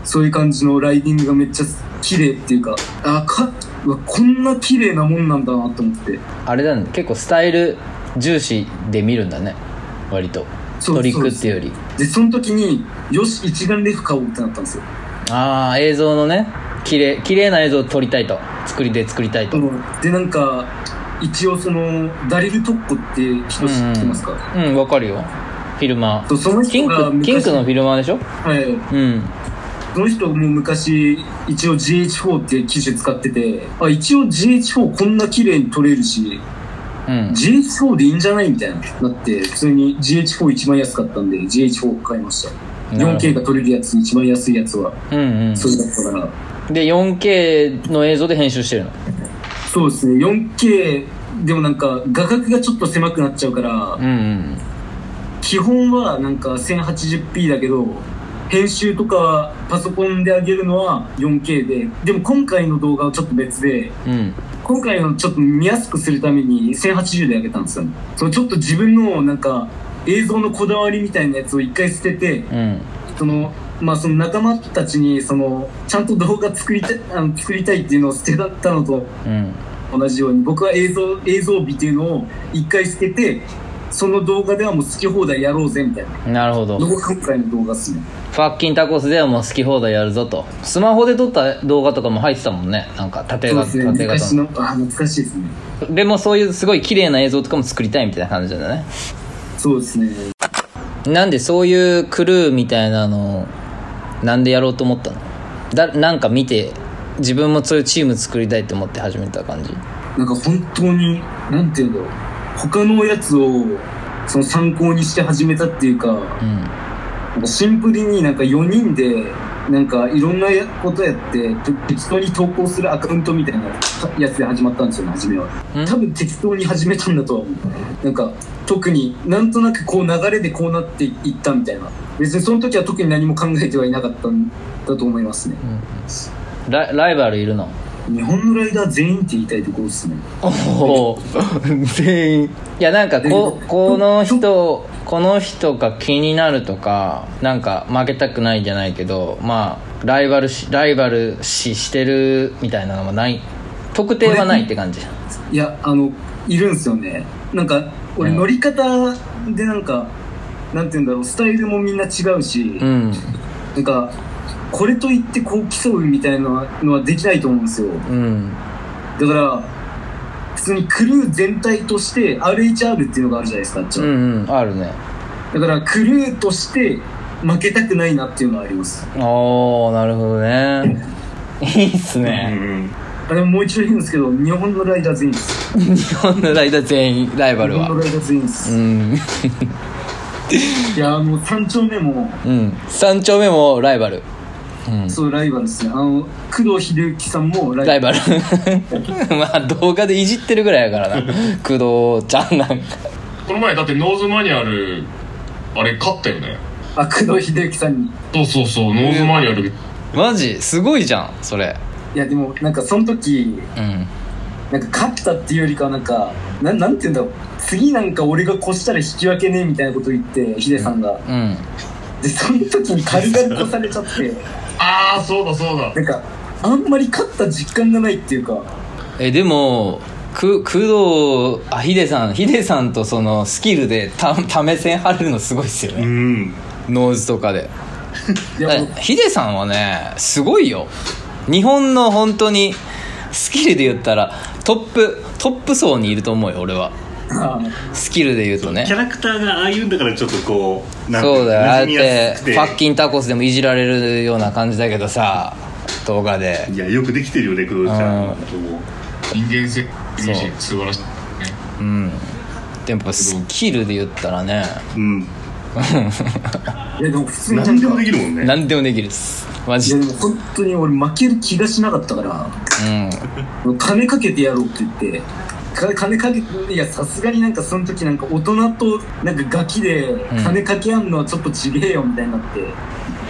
S3: そういう感じのライディングがめっちゃ綺麗っていうかあかうわこんな綺麗なもんなんだなと思って
S2: あれだね結構スタイル重視で見るんだね割と
S3: そう
S2: トリックっていうより
S3: でその時によし一眼レフ買おうってなったんですよ
S2: ああ映像のね綺麗綺麗な映像を撮りたいと作りで作りたいと
S3: あのでなんか一応そのダリル・トッコって人知ってますか、
S2: うんわかるよフィルマ
S3: と
S2: ー
S3: その
S2: キ
S3: 人
S2: ン
S3: が
S2: ク
S3: 昔
S2: キンクのフィルマーでしょ
S3: はい
S2: うん
S3: その人も昔一応 GH4 っていう機種使っててあ一応 GH4 こんな綺麗に撮れるし
S2: うん
S3: GH4 でいいんじゃないみたいになって普通に GH4 一番安かったんで GH4 買いました
S2: なるほど
S3: 4K が撮れるやつ一番安いやつは
S2: うん
S3: それだったから
S2: うんで 4K の映像で編集してるの
S3: そうですね 4K でもなんか画角がちょっと狭くなっちゃうから
S2: うんうん
S3: 基本はなんか 1080p だけど編集とかパソコンで上げるのは 4K ででも今回の動画はちょっと別で
S2: うん
S3: 今回のちょっと見やすくするために1080で上げたんですよ、そのちょっと自分のなんか映像のこだわりみたいなやつを一回捨てて
S2: うん
S3: そのまあその仲間たちにそのちゃんと動画作りたいあの作りたいっていうのを捨てたのと
S2: うん
S3: 同じように僕は映像映像美っていうのを一回捨ててその動画ではもう好き放題やろうぜみたいな
S2: なるほど
S3: のが今回の動画っすね
S2: ファッキンタコスではもう好き放題やるぞとスマホで撮った動画とかも入ってたもんねなんか縦
S3: そう
S2: が
S3: ですね
S2: 縦型
S3: 昔
S2: の
S3: のあ懐かしいですね
S2: でもそういうすごい綺麗な映像とかも作りたいみたいな感じなんだね
S3: そうですね
S2: なんでそういうクルーみたいなのをなんでやろうと思ったのだなんか見て自分もそういうチーム作りたいって思って始めた感じ
S3: なんか本当に、なんていうんだろう。他のやつを、その参考にして始めたっていうか、
S2: うん
S3: なんかシンプルになんか4人で、なんかいろんなやことやって、と適当に投稿するアカウントみたいなやつで始まったんですよね、初めは。
S2: うん
S3: 多分適当に始めたんだとは思う。なんか、特になんとなくこう流れでこうなっていったみたいな。別にその時は特に何も考えてはいなかったんだと思いますね。
S2: ラライバルいるの
S3: 日本のライダー全員って言いたいところですね。
S2: お お全員いやなんかここの人この人が気になるとかなんか負けたくないじゃないけどまあライバルしライバル視してるみたいなのはない特定はないって感じ
S3: いやあのいるんですよねなんか俺
S2: うん
S3: 乗り方でなんか、なんて言うんだろうスタイルもみんな違うし、
S2: うん
S3: なんかこれといってこう競うみたいなのはできないと思うんですよ
S2: うん
S3: だから普通にクルー全体として RHR っていうのがあるじゃないですかあっち
S2: う
S3: は
S2: んうんあるね
S3: だからクルーとして負けたくないなっていうのはあります
S2: おおなるほどね いいっすね
S1: ん
S3: あれももう一度言うんですけど日本のライダー全員です
S2: 日本のライダー全員ライバ
S3: 日
S2: ル
S3: 本
S2: は
S3: のライダー全員です、
S2: うん
S3: いやもう3丁目も
S2: うん3丁目もライバルうん
S3: そうライバルですねあの工藤秀樹さんもライバ
S2: ライバ
S3: ル
S2: ル まあ動画でいじってるぐらいやから な工藤ちゃんなんか
S4: この前だってノーズマニュアルあれ勝ったよね
S3: あ、工藤秀樹さんに。
S4: そうそうそうノーズマニュアル
S2: マジすごいじゃんそれ
S3: いや、でも、なんか、その時、
S2: うん
S3: なんか、勝ったっていうよりかは、なんか、なん、なんて言うんだろう。次なんか俺が越したら引き分けねえみたいなこと言って、ヒデさんが。
S2: うん
S3: で、その時に軽々越されちゃって、
S4: ああそうだそうだ
S3: なんか、あんまり勝った実感がないっていうか、
S2: えでもく工藤あヒデさんヒデさんとそのスキルでた試せん張るのすごいっすよ
S1: う
S2: ね、
S1: ん
S2: ノーズとかで
S3: いやもう
S2: ヒデさんはねすごいよ日本の本当にスキルで言ったらトップトップ層にいると思うよ俺は
S3: あー
S2: スキルで言うとね
S1: キャラクターがああいうんだからちょっとこうなんか
S2: そうだよああや
S1: 馴
S2: っ
S1: 染みやすく
S2: て
S1: て
S2: ファッキンタコスでもいじられるような感じだけどさ動画で
S1: いやよくできてるよね工藤ちゃ
S2: うん
S1: んとも
S4: 人間性いい
S2: そ
S4: し
S2: う
S4: 素晴らしいね
S2: うんでもやっぱスキルで言ったらね
S1: うん
S3: いやでも普通に
S1: 何でもで
S3: き
S1: きるもんね
S2: 何でもできるっすマ
S3: い
S2: ジ
S3: や
S2: で
S3: でも本当に俺負ける気がしなかったから
S2: うん
S3: 金かけてやろうって言ってか金かけていやさすがになんかその時なんか大人となんかガキで金かけ合うのはちょっとちげえよみたいになって、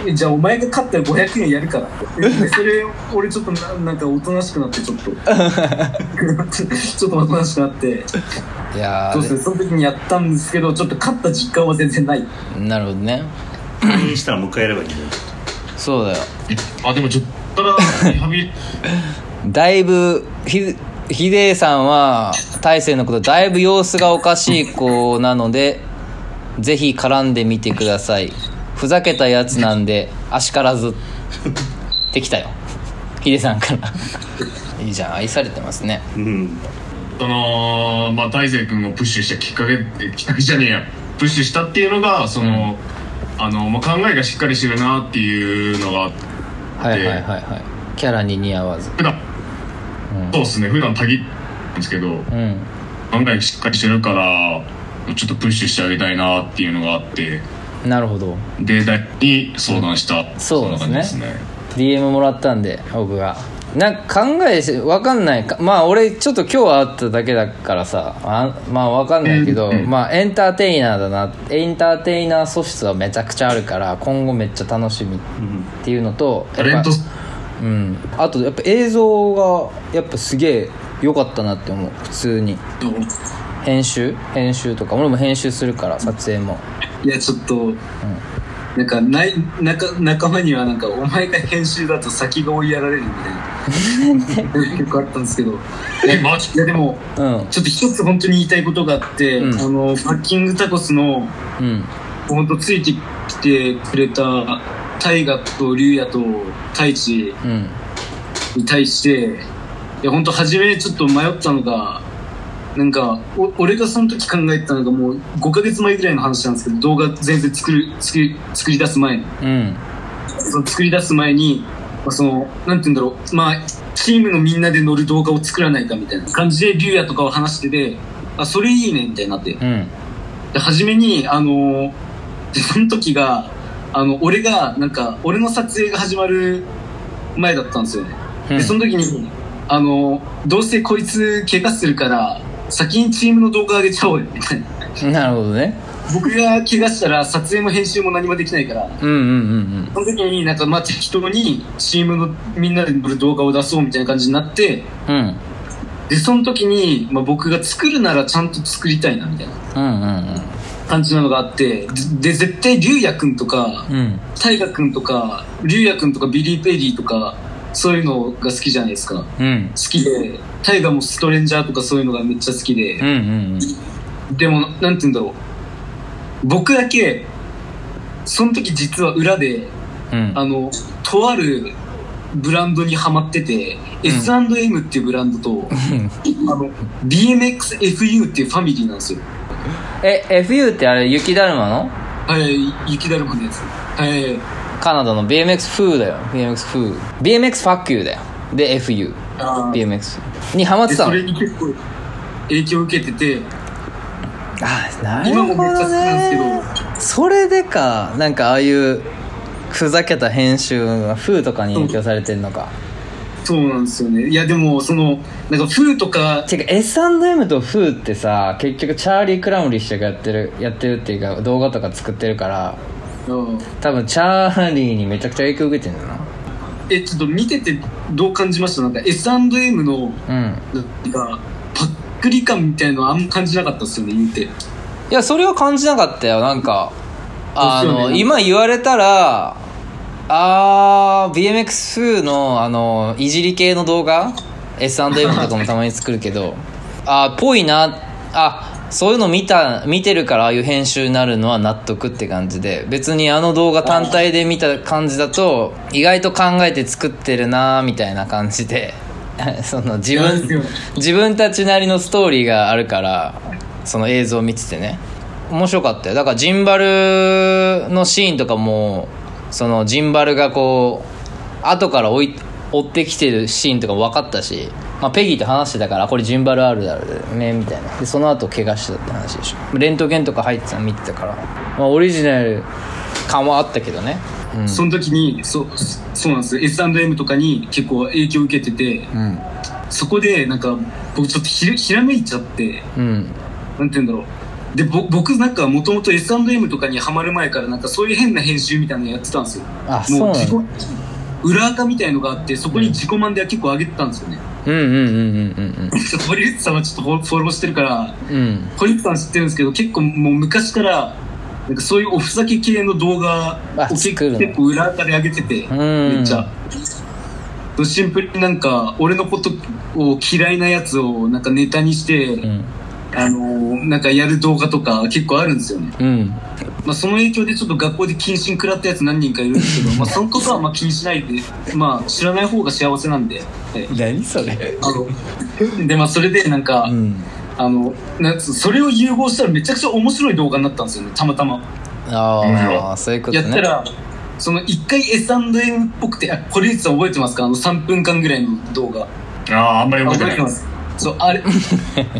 S3: えじゃあお前が勝ったら500円やるからってでそれ俺ちょっとななんかおとなしくなってちょっと ちょっとおとなしくなって
S2: いや
S3: そうです
S2: ー
S3: ねその時にやったんですけどちょっと勝った実感は全然ない
S2: なるほどね
S1: 入院したらもう一回やればいいんだよ
S2: そうだよ
S4: あでもちょっとからリハビリ
S2: だいぶひヒデさんは大勢のことだいぶ様子がおかしい子なのでぜひ絡んでみてくださいふざけたやつなんであしからずできたよヒデさん からいいじゃん愛されてますね
S1: うん
S4: そのまあ大勢君をプッシュしたきっかけえきっかけじゃねえやプッシュしたっていうのがその、あのまあ、考えがしっかりしてるなっていうのが
S2: はいはいはいはいキャラに似合わず
S4: 普段、そうですね普段たぎってんですけど
S2: うん
S4: 考えがしっかりしてるからちょっとプッシュしてあげたいなっていうのがあって
S2: なるほど
S4: で大に相談した
S2: そうですね
S4: そんな感じ
S2: DM もらったんで僕がなんか考えしわかんないかまあ俺ちょっと今日会っただけだからさあまあわかんないけど、
S4: うんうん
S2: まあエンターテイナーだなエンターテイナー素質はめちゃくちゃあるから今後めっちゃ楽しみっ
S1: うん
S2: ていうのと
S4: タレント
S2: やっぱうんあとやっぱ映像がやっぱすげえ良かったなって思う普通に編集編集とか俺も編集するから撮影も
S3: いやちょっと、なんかない仲仲間にはなんかお前が編集だと先が追いやられるみたいな 結構あったんですけど
S4: えマジ
S3: いやでも
S2: うん
S3: ちょっと一つ本当に言いたいことがあって、
S2: うん
S3: あのファッキングタコスの
S2: うん
S3: 本当ついてきてくれた大ガと竜也と太一
S2: うん
S3: に対していや本当初めちょっと迷ったのがなんかお俺がその時考えてたのがもう5ヶ月前ぐらいの話なんですけど動画全然作る作り作り出す前に
S2: うん
S3: その作り出す前に、まあ、そのなんて言うんだろうまあチームのみんなで乗る動画を作らないかみたいな感じで竜也とかを話しててあそれいいねみたいになって
S2: うん
S3: で初めにあのでその時があの俺がなんか俺の撮影が始まる前だったんですよね
S2: うん
S3: でその時にあのどうせこいつ怪我するから先にチームの動画上げちゃおうよみたいな
S2: なるほどね
S3: 僕が怪我したら撮影も編集も何もできないから
S2: うんうんうんうん
S3: その時になんかまあ適当にチームのみんなで撮る動画を出そうみたいな感じになって
S2: うん
S3: でその時に、まあ、僕が作るならちゃんと作りたいなみたいな
S2: うんうん
S3: 感じなのがあってでで絶対龍也くんとか
S2: うんうん
S3: 大河君とか龍也君とかビリー・ペリーとかそういうのが好きじゃないですか好
S2: うん
S3: きで大河もストレンジャーとかそういうのがめっちゃ好きで
S2: うんうん
S3: でもなんて言うんだろう僕だけその時実は裏で
S2: うん
S3: あのとあるブランドにハマってて、S&M っていうブランドとあの BMXFU っていうファミリーなんですよ
S2: え FU ってあれ雪だるまの
S3: はい雪だるまのやつはい
S2: カナダの BMX 風だよ BMX 風 BMX ファックユーだよで FUBMX
S3: あー
S2: にハマっ
S3: で
S2: てた
S3: そ
S2: の
S3: れに結構影響を受けてて
S2: あなる
S3: 今も
S2: ほ
S3: めっ
S2: ど
S3: ちゃ好きなん
S2: ね
S3: ですけど
S2: それでかなんかああいうふざけた編集が風とかに影響されてんのか
S3: そうなんですよねいやでもそのなんかフーとか
S2: てか S&M とフーってさ結局チャーリー・クラムリッシュがやってるやってるっていうか動画とか作ってるから
S3: うん
S2: 多分チャーリーにめちゃくちゃ影響受けてんだな
S3: えちょっと見ててどう感じましたなんか S&M の
S2: うん
S3: なんかパックリ感みたいのはあんま感じなかったっすよね言うて
S2: いやそれは感じなかったよなんかあ
S3: です
S2: の、
S3: よね
S2: 今言われたらあー BMX2 のあのいじり 系の動画 S&M とかもたまに作るけどあーぽいなあそういうの見た見てるからああいう編集になるのは納得って感じで別にあの動画単体で見た感じだと意外と考えて作ってるなーみたいな感じで その自
S3: いやですよ
S2: 分自分たちなりのストーリーがあるからその映像を見ててね面白かったよだからジンバルのシーンとかもそのジンバルがこう後から追い追ってきてるシーンとか分かったし、まあ、ペギーと話してたからこれジンバルあるだろうねみたいなでその後怪我してたって話でしょレントゲンとか入ってたの見てたから、まあ、オリジナル感はあったけどねうん
S3: その時にそそうなんですよ S&M とかに結構影響を受けてて
S2: うん
S3: そこでなんか僕ちょっとひらひらめいちゃって
S2: うん
S3: なんて言うんだろうでぼ僕なんかもともと S&M とかにハマる前からなんかそういう変な編集みたいなのやってたんですよ
S2: あそうなんだ
S3: 自己裏垢みたいのがあってそこに自己満では結構上げてたんですよ ね、
S2: うんうんうんうん
S3: ちょっと堀内さんはちょっとフォフォローしてるから
S2: うんうん
S3: 堀内さん知ってるんですけど結構もう昔からなんかそういうおふざけ系の動画
S2: あ
S3: を結
S2: 作るの
S3: 結構裏垢で上げてて
S2: うん
S3: めっちゃシンプルになんか俺のことを嫌いなやつをなんかネタにして、
S2: うん
S3: あのーなんかやる動画とか結構あるんですよね、
S2: うん
S3: まあ、その影響でちょっと学校で謹慎食らったやつ何人かいるんで すけど、まあ、そのことはまあ気にしないで、まあ、知らない方が幸せなんで、はい
S2: 何それ
S3: あのでまあそれでなんか、
S2: うん
S3: あのなんつそれを融合したらめちゃくちゃ面白い動画になったんですよねたまたま
S2: ああそういうこと
S3: や
S2: ね
S3: ったらその一回 S&M っぽくてあこれ実は覚えてますかあの3分間ぐらいの動画
S4: あああんまり覚
S3: 覚
S4: えてな
S3: え
S4: い
S3: てますそ うあれ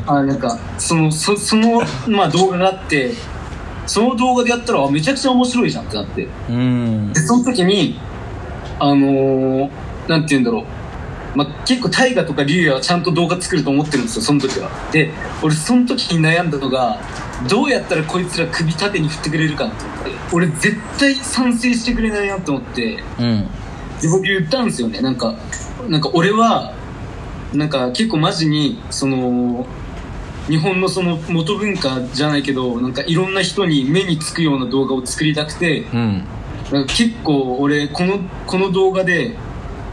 S3: あなんかそのそその、まあ、動画があってその動画でやったらあめちゃくちゃ面白いじゃんってなって
S2: うん
S3: でその時にあのー、なんて言うんだろう、まあ、結構大河とか竜也はちゃんと動画作ると思ってるんですよその時はで俺その時に悩んだのがどうやったらこいつら首縦に振ってくれるかって思って俺絶対賛成してくれないなと思って
S2: うん
S3: で僕言ったんですよねなんかなんか俺はなんか結構マジにその日本のその元文化じゃないけどなんかいろんな人に目につくような動画を作りたくて
S2: うん
S3: なんか結構俺このこの動画で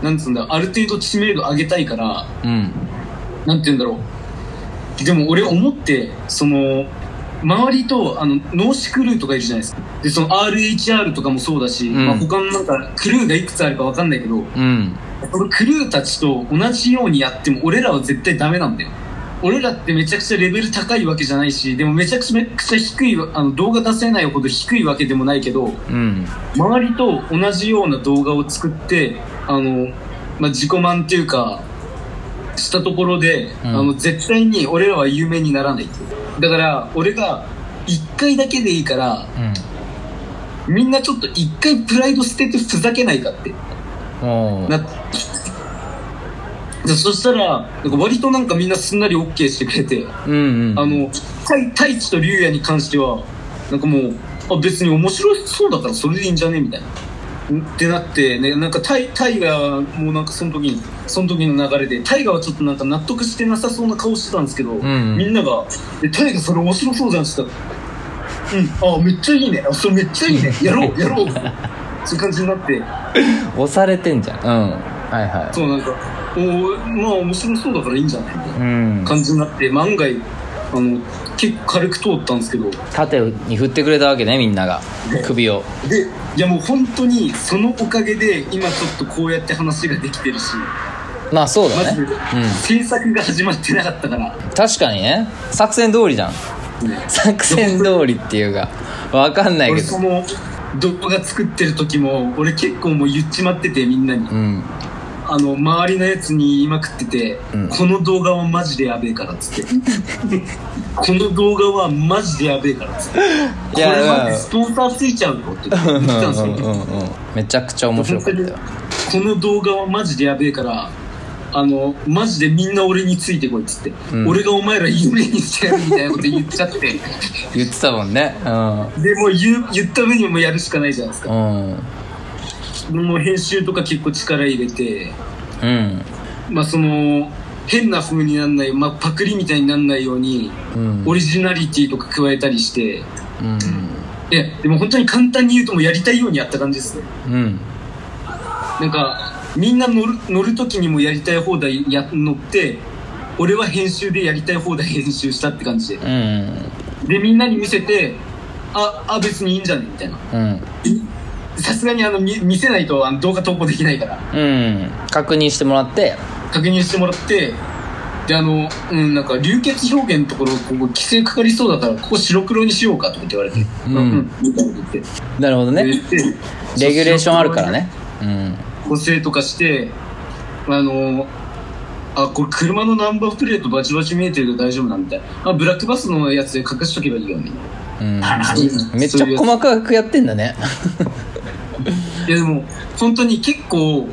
S3: なんつうんだある程度知名度上げたいから
S2: うん
S3: なんて言うんだろうでも俺思ってその周りとあの脳死クルーとかいるじゃないですかでその RHR とかもそうだし、
S2: うん
S3: まあ、他のなんかクルーがいくつあるかわかんないけど
S2: うん
S3: 俺クルーたちと同じようにやっても俺らは絶対ダメなんだよ俺らってめちゃくちゃレベル高いわけじゃないしでもめちゃくちゃめっちゃ低いあの動画出せないほど低いわけでもないけど
S2: うん
S3: 周りと同じような動画を作ってあの、まあ、自己満っていうかしたところで、
S2: うん
S3: あの絶対に俺らは有名にならないだから俺が1回だけでいいから
S2: うん
S3: みんなちょっと1回プライド捨ててふざけないかって
S2: お
S3: なでそしたらなんか割となんかみんなすんなり OK してくれて、
S2: うんうん
S3: あの太太一と竜也に関してはなんかもうあ別に面白そうだからそれでいいんじゃねみたいな。んってなって、ね、なんかタイタイガーもなんかその時にその時の流れでタイガーはちょっとなんか納得してなさそうな顔してたんですけど、
S2: ん
S3: みんなが「えタイガーそれ面白そうじゃん」って言ったら「うんあめっちゃいいねあそれめっちゃい いねやろうやろう」そういう感じになって
S2: 押されてんじゃんうんはいは
S3: そうなんか、おーまあ面白そうだからいいんじゃないみた
S2: い
S3: い
S2: うん
S3: な感じになって、万が一、あの、結構軽く通ったんですけど、で、
S2: 縦に振ってくれたわけねみんなが首を
S3: いやもう本当にそのおかげで、今ちょっとこうやって話ができてるし、
S2: まあそう
S3: マ
S2: だ
S3: ジ
S2: ね
S3: で制作が始まってなかったから、
S2: うん確かにね作戦通りじゃん
S3: ね
S2: 作戦通りっていうかわかんない
S3: 俺
S2: け
S3: そ
S2: ど
S3: の動画作ってる時も、俺結構もう言っちまってて、みんなに。
S2: うん
S3: あの、周りのやつに言いまくってて、
S2: うん
S3: この動画はマジでやべえから っつって。この動画はマジでやべえからっつって。こ
S2: いや
S3: れ
S2: い
S3: マ
S2: や
S3: ジスポンサーついちゃうよって言って
S2: うんう
S3: たんです
S2: んう
S3: よ。
S2: んうんめちゃくちゃ面白かったよ
S3: この動画はマジでやべえから、あの、マジでみんな俺についてこいっつって。
S2: うん
S3: 俺がお前ら夢にしてやるみたいなこと言っちゃって。
S2: 言ってたもんねうん
S3: で、もう言う言った分にもやるしかないじゃないですか。
S2: うん
S3: もう編集とか結構力入れて。
S2: うん
S3: まあその変な風にならない、まあ、パクリみたいにならないように、
S2: うん
S3: オリジナリティとか加えたりして
S2: うん
S3: いやでも本当に簡単に言うともうやりたいようにやった感じですね
S2: うん
S3: なんかみんな乗る乗る時にもやりたい放題や乗って俺は編集でやりたい放題編集したって感じで
S2: うん
S3: でみんなに見せてああ別にいいんじゃねみたいな
S2: うん
S3: さすがにあの見見せないとあの動画投稿できないから
S2: うん確認してもらって
S3: 確認してもらってであのうんなんか流血表現のところここ規制かかりそうだからここ白黒にしようかとかって言われて
S2: うん
S3: みたいなこと言って
S2: なるほどね
S3: でで
S2: レギュレーションあるからねうん
S3: 補正とかしてあのあこれ車のナンバープレートバチバチ見えてるけど大丈夫なんであブラックバスのやつで隠しとけばいいよね
S2: うん
S3: そういう
S2: めっち
S3: そ
S2: ゃ
S3: ういうやつ
S2: 細かくやってんだね
S3: いやでも本当に結構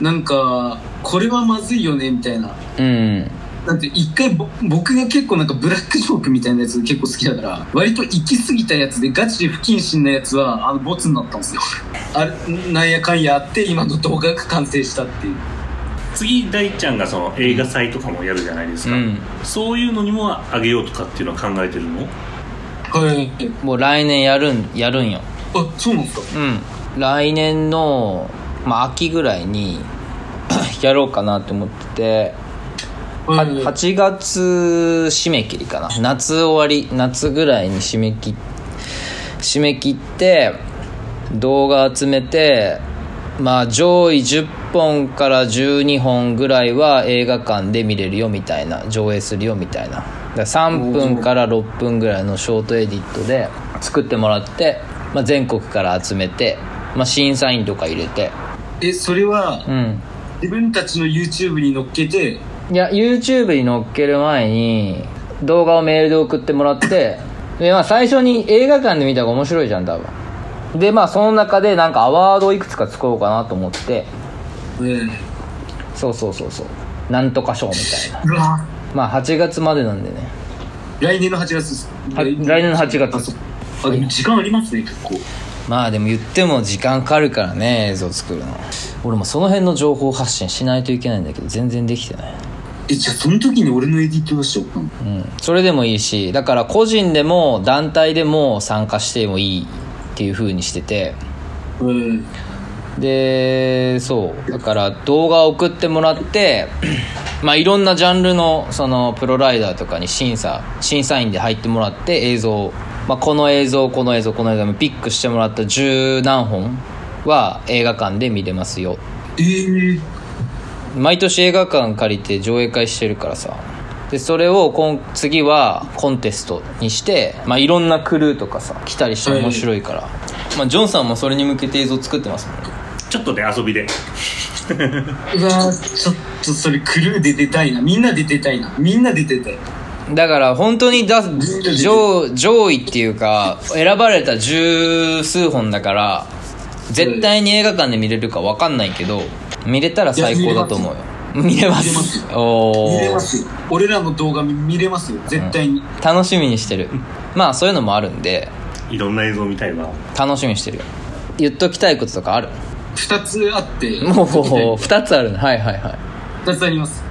S3: なんかこれはまずいよねみたいな
S2: うん
S3: なんて一回ぼ僕が結構なんかブラックジョークみたいなやつ結構好きだから割と行き過ぎたやつでガチで不謹慎なやつはあのボツになったんですよあれなんやかんやあって今の動画が完成したっていう
S1: 次大ちゃんがその映画祭とかもやるじゃないで す
S2: う
S1: か、
S2: ん
S1: そういうのにもあげようとかっていうのは考えてるの
S3: はい
S2: もう来年やるんやるんよ
S3: あそうなんですか
S2: うん来年の、まあ、秋ぐらいに やろうかなと思ってては
S3: はい
S2: 8月締め切りかな夏終わり夏ぐらいに締め切っ締め切って動画集めてまあ上位10本から12本ぐらいは映画館で見れるよみたいな上映するよみたいなだから3分から6分ぐらいのショートエディットで作ってもらって、まあ、全国から集めて、まあ、審査員とか入れて
S3: えそれは
S2: うん
S3: 自分たちの YouTube に乗っけて
S2: いや YouTube に載っける前に動画をメールで送ってもらってで、まあ、最初に映画館で見た方が面白いじゃん多分でまあその中でなんかアワードをいくつか作ろうかなと思って
S3: ええ
S2: そうそうそうそうなんとか賞みたいな
S3: うわ
S2: まあ8月までなんでね
S3: 来年の8月です
S2: は来年の8月
S3: あそうあでも時間ありますね結構
S2: まあでも言っても時間かかるからね映像作るの俺もその辺の情報発信しないといけないんだけど全然できてない
S3: えじゃあその時に俺のエディットをしようかな
S2: うん、それでもいいしだから個人でも団体でも参加してもいいっていう風にしてて
S3: うん
S2: でそうだから動画を送ってもらって まあいろんなジャンルのそのプロライダーとかに審査審査員で入ってもらって映像を、まあ、この映像この映像この映像ピックしてもらった十何本は映画館で見れますよ
S3: えー、
S2: 毎年映画館借りて上映会してるからさでそれを今次はコンテストにして、まあ、いろんなクルーとかさ来たりして面白いから、まあ、ジョンさんもそれに向けて映像作ってますもんね
S1: ちょっとね遊びで
S3: うわーちょっとそれクルーで出たいなみんなで出たいなみんなで出たい
S2: だから本当にだ上上位っていうか選ばれた十数本だから絶対に映画館で見れるか分かんないけど見れたら最高だと思うよ見れま
S3: ます
S2: すお
S3: 見れま
S2: ー
S3: すよ俺らの動画見見れますよ絶対に、
S2: 楽しみにしてるまあそういうのもあるんで
S1: いろんな映像見たいわ
S2: 楽しみにしてるよ言っときたいこととかある
S3: 二2つあって
S2: もう2つあるねはいはいはい
S3: 2つあります